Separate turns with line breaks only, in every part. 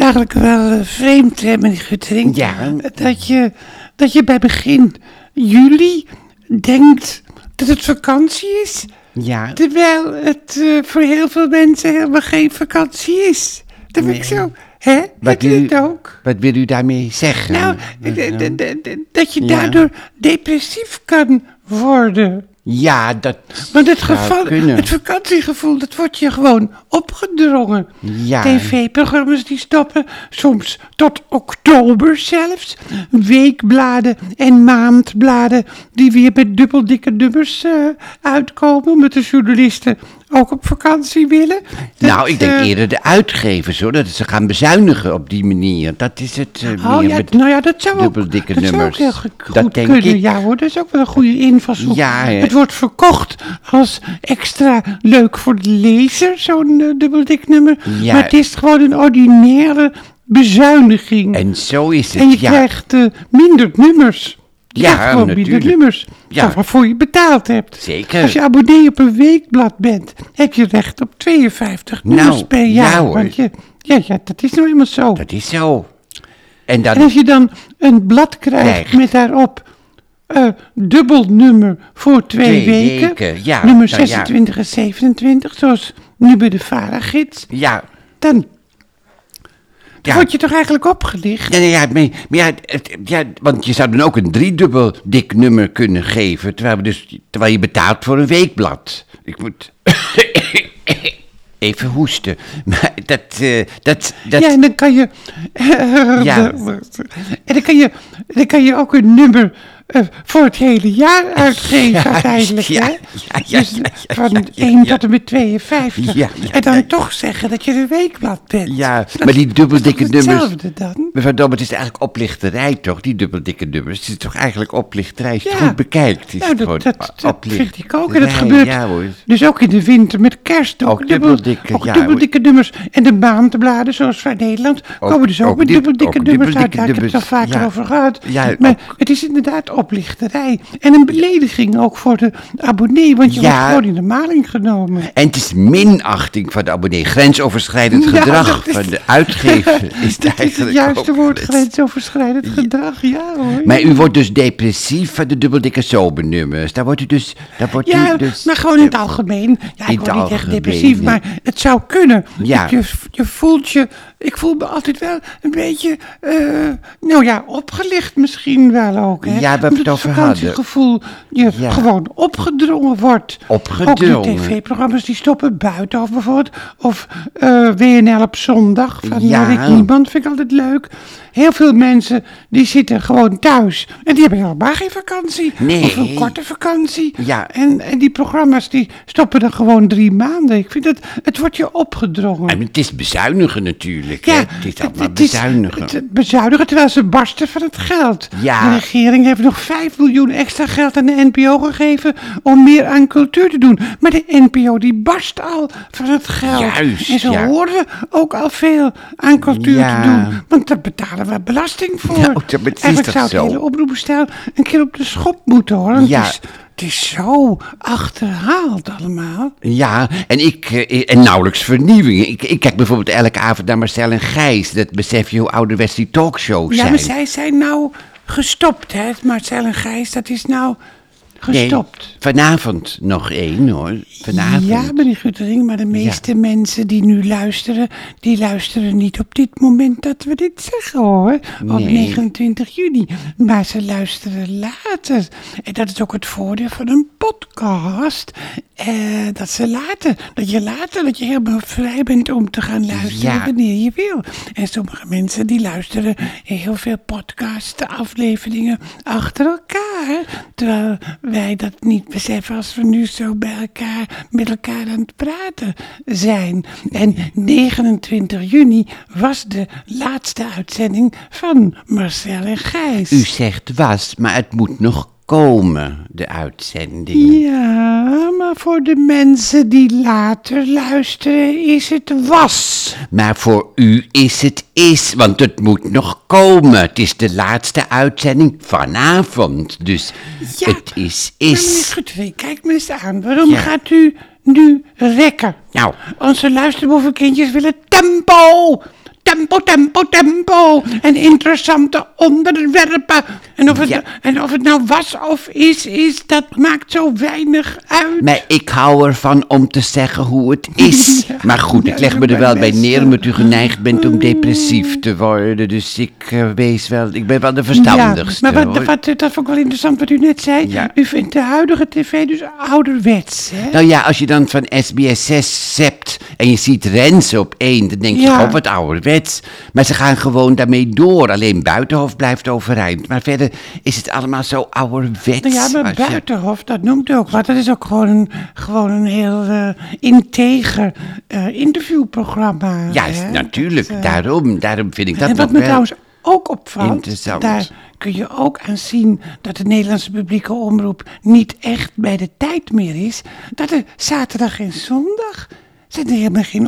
eigenlijk wel eh, vreemd, hè, meneer Guttering?
Ja.
Dat je, dat je bij begin juli denkt dat het vakantie is,
Ja,
terwijl het eh, voor heel veel mensen helemaal geen vakantie is. Dat vind ik
Nee.
zo, hè? Heb je het ook?
Wat wil u daarmee zeggen?
Nou,
Wat,
d-
eh,
d- d- d- dat je
Ja.
daardoor depressief kan worden.
ja, dat.
Want het,
zou
geval,
kunnen.
het vakantiegevoel, dat wordt je gewoon opgedrongen.
Ja.
TV-programma's die stoppen, soms tot oktober zelfs. Weekbladen en maandbladen die weer met dubbeldikke nummers eh, uitkomen... omdat de journalisten ook op vakantie willen. Dat,
nou, ik denk
eh,
eerder de uitgevers hoor, dat ze gaan bezuinigen op die manier. Dat is het. eh,
Oh
meer
ja,
met-
nou ja, dat zou ook, dat
dubbeldikke
zou ook
nummers.
heel ge- goed
Dat denk
kunnen.
ik.
Ja hoor, dat is ook wel een goede invalshoek.
Ja, hè.
het wordt verkocht als extra leuk voor de lezer, zo'n eh, dubbeldik nummer.
Ja.
Maar het is gewoon een ordinaire bezuiniging. En,
En zo is het.
je
ja.
krijgt eh, minder nummers. Je
Ja,
krijgt gewoon minder
natuurlijk.
nummers.
Ja.
Waarvoor je betaald hebt.
Zeker.
Als je abonnee op een weekblad bent, heb je recht op 52
Nou,
nummers per jaar.
ja, hoor.
Want je, ja, ja, dat is nou eenmaal zo.
Dat is zo. En
En
dan.
als je dan een blad krijgt
Krijgt.
met daarop eh dubbel nummer voor twee,
Twee
weken,
weken, ja,
nummer
nou ja.
26 en 27, zoals nu bij de Varagids,
Ja.
dan
Ja.
word je toch eigenlijk opgelicht?
Ja, nee, ja, maar, maar ja, het- ja, want je zou dan ook een driedubbel dik nummer kunnen geven, terwijl, we dus, terwijl je betaalt voor een weekblad. Ik moet even hoesten. Maar dat, eh, dat, dat,
Ja, en dan kan je.
Ja.
En dan kan je, dan kan je ook een nummer eh, voor het hele jaar uitgeven,
Ja,
uiteindelijk.
ja,
hè?
ja, ja,
dus
ja, ja,
van
ja, ja,
1
ja.
tot en met 52.
Ja, ja,
en dan
ja.
toch zeggen dat je een weekblad bent.
ja, maar die dubbeldikke
Dat is
nummers.
Hetzelfde dan.
Mevrouw Dom, het is eigenlijk oplichterij, toch? Die dubbeldikke nummers. Het is toch eigenlijk oplichterij? Als je het
Ja.
goed bekijkt, is
Nou,
het
dat,
gewoon
dat, dat
oplichterij.
vind ik ook. En dat gebeurt
Ja, hoor.
dus ook in de winter met kerst. Ook,
Ook
dubbel,
dubbeldikke,
ook
ja,
dubbeldikke nummers. En de maandbladen, zoals Vrij Nederland, komen dus ook,
ook
met
dub-
dubbeldikke
ook
nummers uit.
dubbeldikke
Daar heb ik het al
nummers,
vaker
ja.
over gehad.
Ja,
maar
ook.
het is inderdaad oplichterij. En een belediging ook voor de abonnee, want je
Ja.
wordt gewoon in de maling genomen.
En het is minachting van de abonnee. Grensoverschrijdend
Ja,
gedrag
dat is-
van de uitgever is het
Dit is het
eigenlijk
juiste
ook.
woord, grensoverschrijdend gedrag. Ja hoor.
Maar u wordt dus depressief van de dubbeldikke sobernummers. Daar wordt u dus... Daar wordt
Ja,
u dus
maar gewoon in het algemeen. Ja,
in
ik word
het
niet echt
algemeen,
depressief,
nee.
maar het zou kunnen.
Ja.
Je, je voelt je... Ik voel me altijd wel een beetje... eh, nou ja, opgelicht misschien wel ook. Hè?
Ja, we hebben het
Omdat
over
vakantiegevoel je
Ja.
gewoon opgedrongen wordt.
Opgedrongen.
Ook die tv-programma's die stoppen buiten of bijvoorbeeld. Of eh, WNL op zondag van
Ja.
Erik Niemand vind ik altijd leuk. Heel veel mensen die zitten gewoon thuis. En die hebben helemaal geen vakantie.
Nee.
Of een korte vakantie.
Ja.
En, en die programma's die stoppen er gewoon drie maanden. Ik vind dat het wordt je opgedrongen.
En het is bezuinigen natuurlijk. hè. Het is allemaal
is-
bezuinigen.
het- bezuinigen terwijl ze barsten van het geld.
Ja.
De regering heeft nog 5 miljoen extra geld aan de NPO gegeven om meer aan cultuur te doen. Maar de NPO die barst al van het geld.
Juist,
en ze
ja.
horen ook al veel aan cultuur
Ja.
te doen. Want daar betalen we belasting voor.
Nou, dat- maar het is
Eigenlijk
toch
zou het
zo?
hele oproepbestel een keer op de schop moeten hoor. Want
Ja.
het, is, het is zo achterhaald allemaal.
Ja, en ik eh, en nauwelijks vernieuwingen. Ik, ik kijk bijvoorbeeld elke avond naar Marcel en Gijs. Dat besef je hoe ouderwets die talkshows
Ja,
zijn.
maar zij zijn nou gestopt, hè? Marcel en Gijs, dat is nou
Nee,
gestopt.
vanavond nog één hoor. Vanavond.
Ja, meneer Guttering, maar de meeste mensen die nu luisteren, die luisteren niet op dit moment dat we dit zeggen hoor. Op
Nee.
29 juni. Maar ze luisteren later. En dat is ook het voordeel van een podcast. Eh, dat ze later, dat je later, dat je helemaal vrij bent om te gaan luisteren
Ja.
wanneer je wil. En sommige mensen die luisteren heel veel podcasts, afleveringen achter elkaar. Terwijl wij dat niet beseffen als we nu zo bij elkaar, met elkaar aan het praten zijn. En 29 juni was de laatste uitzending van Marcel en Gijs.
U zegt was, maar het moet nog komen, de uitzending.
Ja, maar voor de mensen die later luisteren is het was.
Maar voor u is het is, want het moet nog komen. Het is de laatste uitzending vanavond. Dus
Ja,
het is
Maar meneer
is.
Schutterink, kijk me eens aan. Waarom
Ja.
gaat u nu rekken?
Nou.
Onze luisterboevenkindjes willen tempo! tempo, tempo, tempo. En interessante onderwerpen. En of het,
Ja.
en of het nou was of is, is, dat maakt zo weinig uit.
Maar ik hou ervan om te zeggen hoe het is.
Ja.
Maar goed,
Ja,
ik leg
doe
me er
mijn
wel bij
best,
neer
ja.
omdat u geneigd bent om depressief te worden. Dus ik, eh, wees wel, ik ben wel de verstandigste.
Ja, maar wat,
hoor.
wat, dat vond ik wel interessant wat u net zei.
Ja.
U vindt de huidige tv dus ouderwets, hè?
Nou ja, als je dan van SBS 6 zept en je ziet Renze op één, dan denk je,
Ja.
oh wat ouderwets. Maar ze gaan gewoon daarmee door. Alleen Buitenhof blijft overeind. Maar verder is het allemaal zo ouderwets.
Nou ja, maar
Als je-
Buitenhof, dat noemt u ook wat. Dat is ook gewoon een, gewoon een heel eh, integer eh, interviewprogramma.
Juist,
hè?
natuurlijk.
Dat, eh,
daarom, daarom vind ik dat
en wat
nog
me
wel.
trouwens ook opvalt,
interessant.
daar kun je ook aan zien dat de Nederlandse publieke omroep niet echt bij de tijd meer is. Dat er zaterdag en zondag zijn er helemaal geen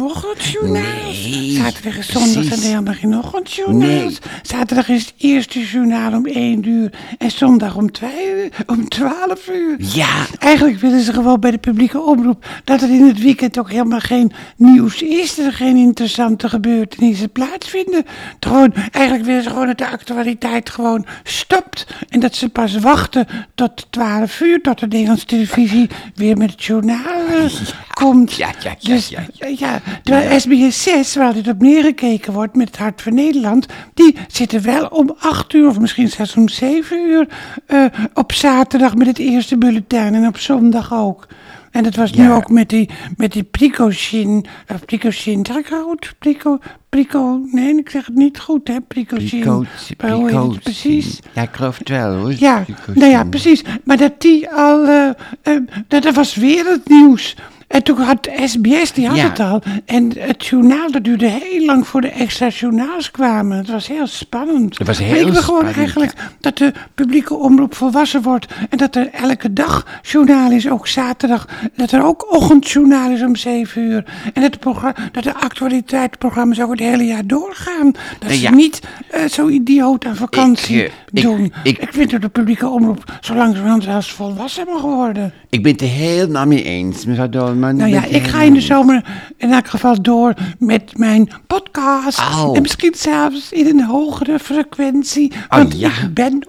ochtendjournaals.
Nee,
zaterdag en zondag zijn
precies.
er helemaal geen ochtendjournaals. Zaterdag is het eerste journaal om 1 uur en zondag om, 2 uur, om 12 uur.
Ja.
Eigenlijk willen ze gewoon bij de publieke omroep dat er in het weekend ook helemaal geen nieuws is. Dat er geen interessante gebeurtenissen plaatsvinden. Het Gewoon, eigenlijk willen ze gewoon dat de actualiteit gewoon stopt. En dat ze pas wachten tot 12 uur, tot de Nederlandse televisie weer met het journaal eh, komt.
ja, ja, ja,
Dus,
ja, ja.
eh, ja, terwijl SBS 6, waar dit op neergekeken wordt met het Hart van Nederland, die zitten wel om 8 uur of misschien zelfs om 7 uur eh, op zaterdag met het eerste bulletin en op zondag ook. En dat was nu
Ja.
ook met die, met die Prikoshin, of Prikoshin, zeg ik dat goed? Prico, Prico, nee, ik zeg het niet goed, hè, Prikoshin.
Picoot,
Maar eh, hoe heet het
picoot.
precies?
Ja, ik geloof het wel hoor.
Ja,
Picoot.
nou ja, precies. Maar dat die al, eh, eh, dat, dat was weer het nieuws. En toen had SBS, die had
Ja.
het al. En het journaal, dat duurde heel lang voor de extra journaals kwamen. Het was heel spannend.
Het was
Maar
heel
Ik wil gewoon
spannend,
eigenlijk dat de publieke omroep volwassen wordt. En dat er elke dag journaal is, ook zaterdag. Dat er ook ochtendjournaal is om zeven uur. En dat de, progra- dat de actualiteitsprogramma's ook het hele jaar doorgaan. Dat
Nou
ze
ja.
niet eh, zo idioot aan vakantie
eh, ik-
doen.
ik-
Ik vind dat de publieke omroep zo langzamerhand zelfs volwassen mag worden.
Ik ben het er helemaal mee eens, mevrouw Dolman.
Nou ja,
ben het er
ik ga in
helemaal
de zomer in elk geval door met mijn podcast.
Au. Oh,
En misschien zelfs in een hogere frequentie. Want
ja.
ik ben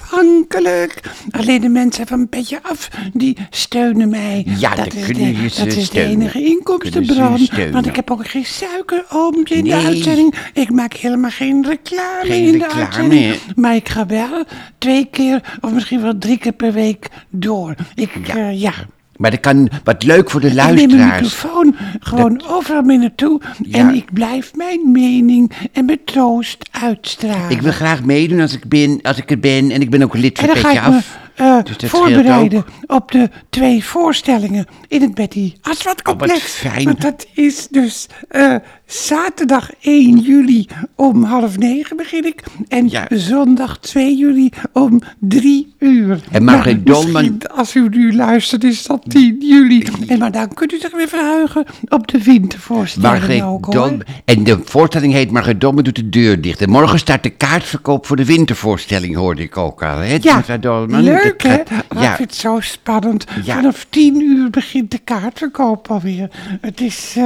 onafhankelijk. Alleen de mensen van een beetje af, die steunen mij.
Ja,
dat
dan
is,
kunnen
de,
ze
dat is de
steunen.
enige
Kunnen ze
inkomstenbron.
steunen.
Want ik heb ook geen suikeroompje in de
Nee.
uitzending. Ik maak helemaal geen reclame
Geen
in de
reclame,
uitzending.
hè?
Maar ik ga wel twee keer of misschien wel drie keer per week door. Ik,
Ja.
eh, ja.
Maar dat kan wat leuk voor de
Ik neem mijn
luisteraars.
microfoon gewoon overal mee naartoe.
Ja.
En ik blijf mijn mening en mijn troost uitstralen.
Ik wil graag meedoen als ik, ben, als ik er ben. En ik ben ook lid
en
van
dan ga
Petje
ik me
Af.
eh,
Dus dat
voorbereiden
scheelt
op de twee voorstellingen in het Betty Aswat
Oh, wat
Complex.
fijn.
Want dat is dus eh, zaterdag 1 juli om half negen begin ik. En
Ja.
zondag 2 juli om drie uur.
En Margriet
Maar
Dolman-
misschien, Als u nu luistert is dat 10 juli. En maar dan kunt u zich weer verheugen op de wintervoorstellingen
Margreet
ook hoor.
Dom. En de voorstelling heet Margreet Domme doet de deur dicht. En morgen start de kaartverkoop voor de wintervoorstelling, hoorde ik ook al. Hè,
Ja,
mevrouw Dolman?
leuk
Dat
hè?
gaat-
Maar Ik
Ja,
vind het zo spannend.
Ja.
Vanaf tien uur begint de kaartverkoop alweer. Het is... eh,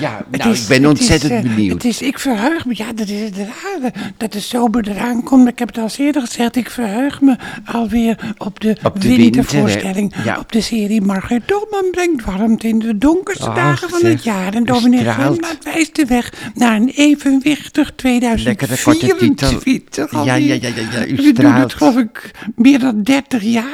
ja
het
nou,
is-
ik ben
het
ontzettend
is, eh,
benieuwd.
Het is, ik verheug me, ja, dat is het rare, dat de sober eraan komt. Ik heb het al eens eerder gezegd, ik verheug me alweer op de,
Op de
wintervoorstelling.
winter, hè? Ja.
Op de serie Margaret Dolman brengt warmte in de donkerste
Ach,
dagen van het
zeg,
jaar. En
u
dominee
straalt.
Glimlaat wijst de weg naar een evenwichtig
Lekkere korte titel.
2024.
Ja, ja, ja, ja, ja, u
We doen het
straalt.
geloof ik meer dan 30 jaar.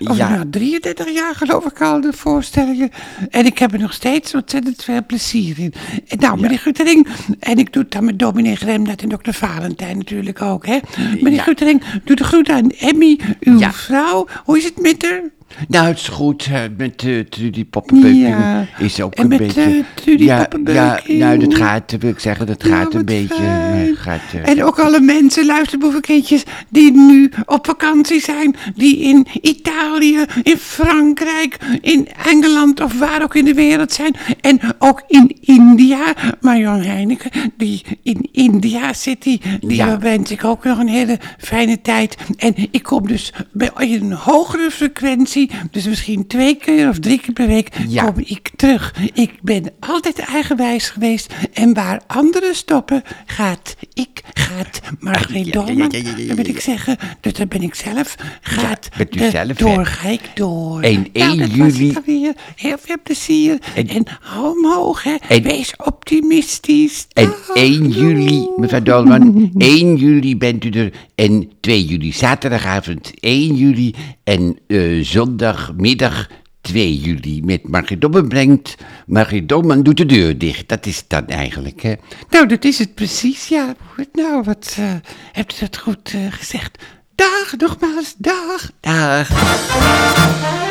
Of
Ja.
nou, 33 jaar geloof ik al, de voorstellingen. En ik heb er nog steeds ontzettend veel plezier in. En nou, meneer Guttering, en ik doe het dan met dominee Gremnat en dokter Valentijn natuurlijk ook. Hè? Meneer
ja.
Guttering, doe de groet aan Emmy, uw
Ja.
vrouw. Hoe is het met haar?
Nou, het is goed. eh, Met eh, Trudy Poppenbeuk
Ja.
is ook
En
een
met,
beetje...
eh, Trudy
ja,
Poppenbeuk
Ja, nou, dat
in-
gaat, eh, wil ik zeggen, dat
Ja,
gaat
wat
een beetje...
fijn.
eh, Gaat, eh,
En ook alle mensen, luisterboevenkindjes, die nu op vakantie zijn. Die in Italië, in Frankrijk, in Engeland of waar ook in de wereld zijn. En ook in India. Marjan Heineken, die in India zit, die, die
Ja.
wens ik ook nog een hele fijne tijd. En ik kom dus bij- in een hogere frequentie vakantie. Dus misschien twee keer of drie keer per week
Ja.
kom ik terug. Ik ben altijd eigenwijs geweest. En waar anderen stoppen, gaat ik, gaat Margriet
Ja, ja, ja,
Dolman.
ja, ja, ja, ja,
Dan wil
ja.
ik zeggen, dus dat ben ik zelf. Gaat
bent u
de
zelf, hè?
door, ga ik door.
En
nou,
1
dat was het
juli-
alweer. Heel veel plezier. En,
En-
hou omhoog, hè.
En-
Wees optimistisch.
En
Dag.
1 juli, mevrouw Dolman, 1 juli bent u er. En 2 juli, zaterdagavond 1 juli. En eh, zondagmiddag 2 juli met Margriet Dolman brengt. Margriet Dolman doet de deur dicht. Dat is het dan eigenlijk, hè?
Nou, dat is het precies, ja. Goed, Nou, wat eh hebt u dat goed eh, gezegd? Dag, nogmaals, dag.
Dag.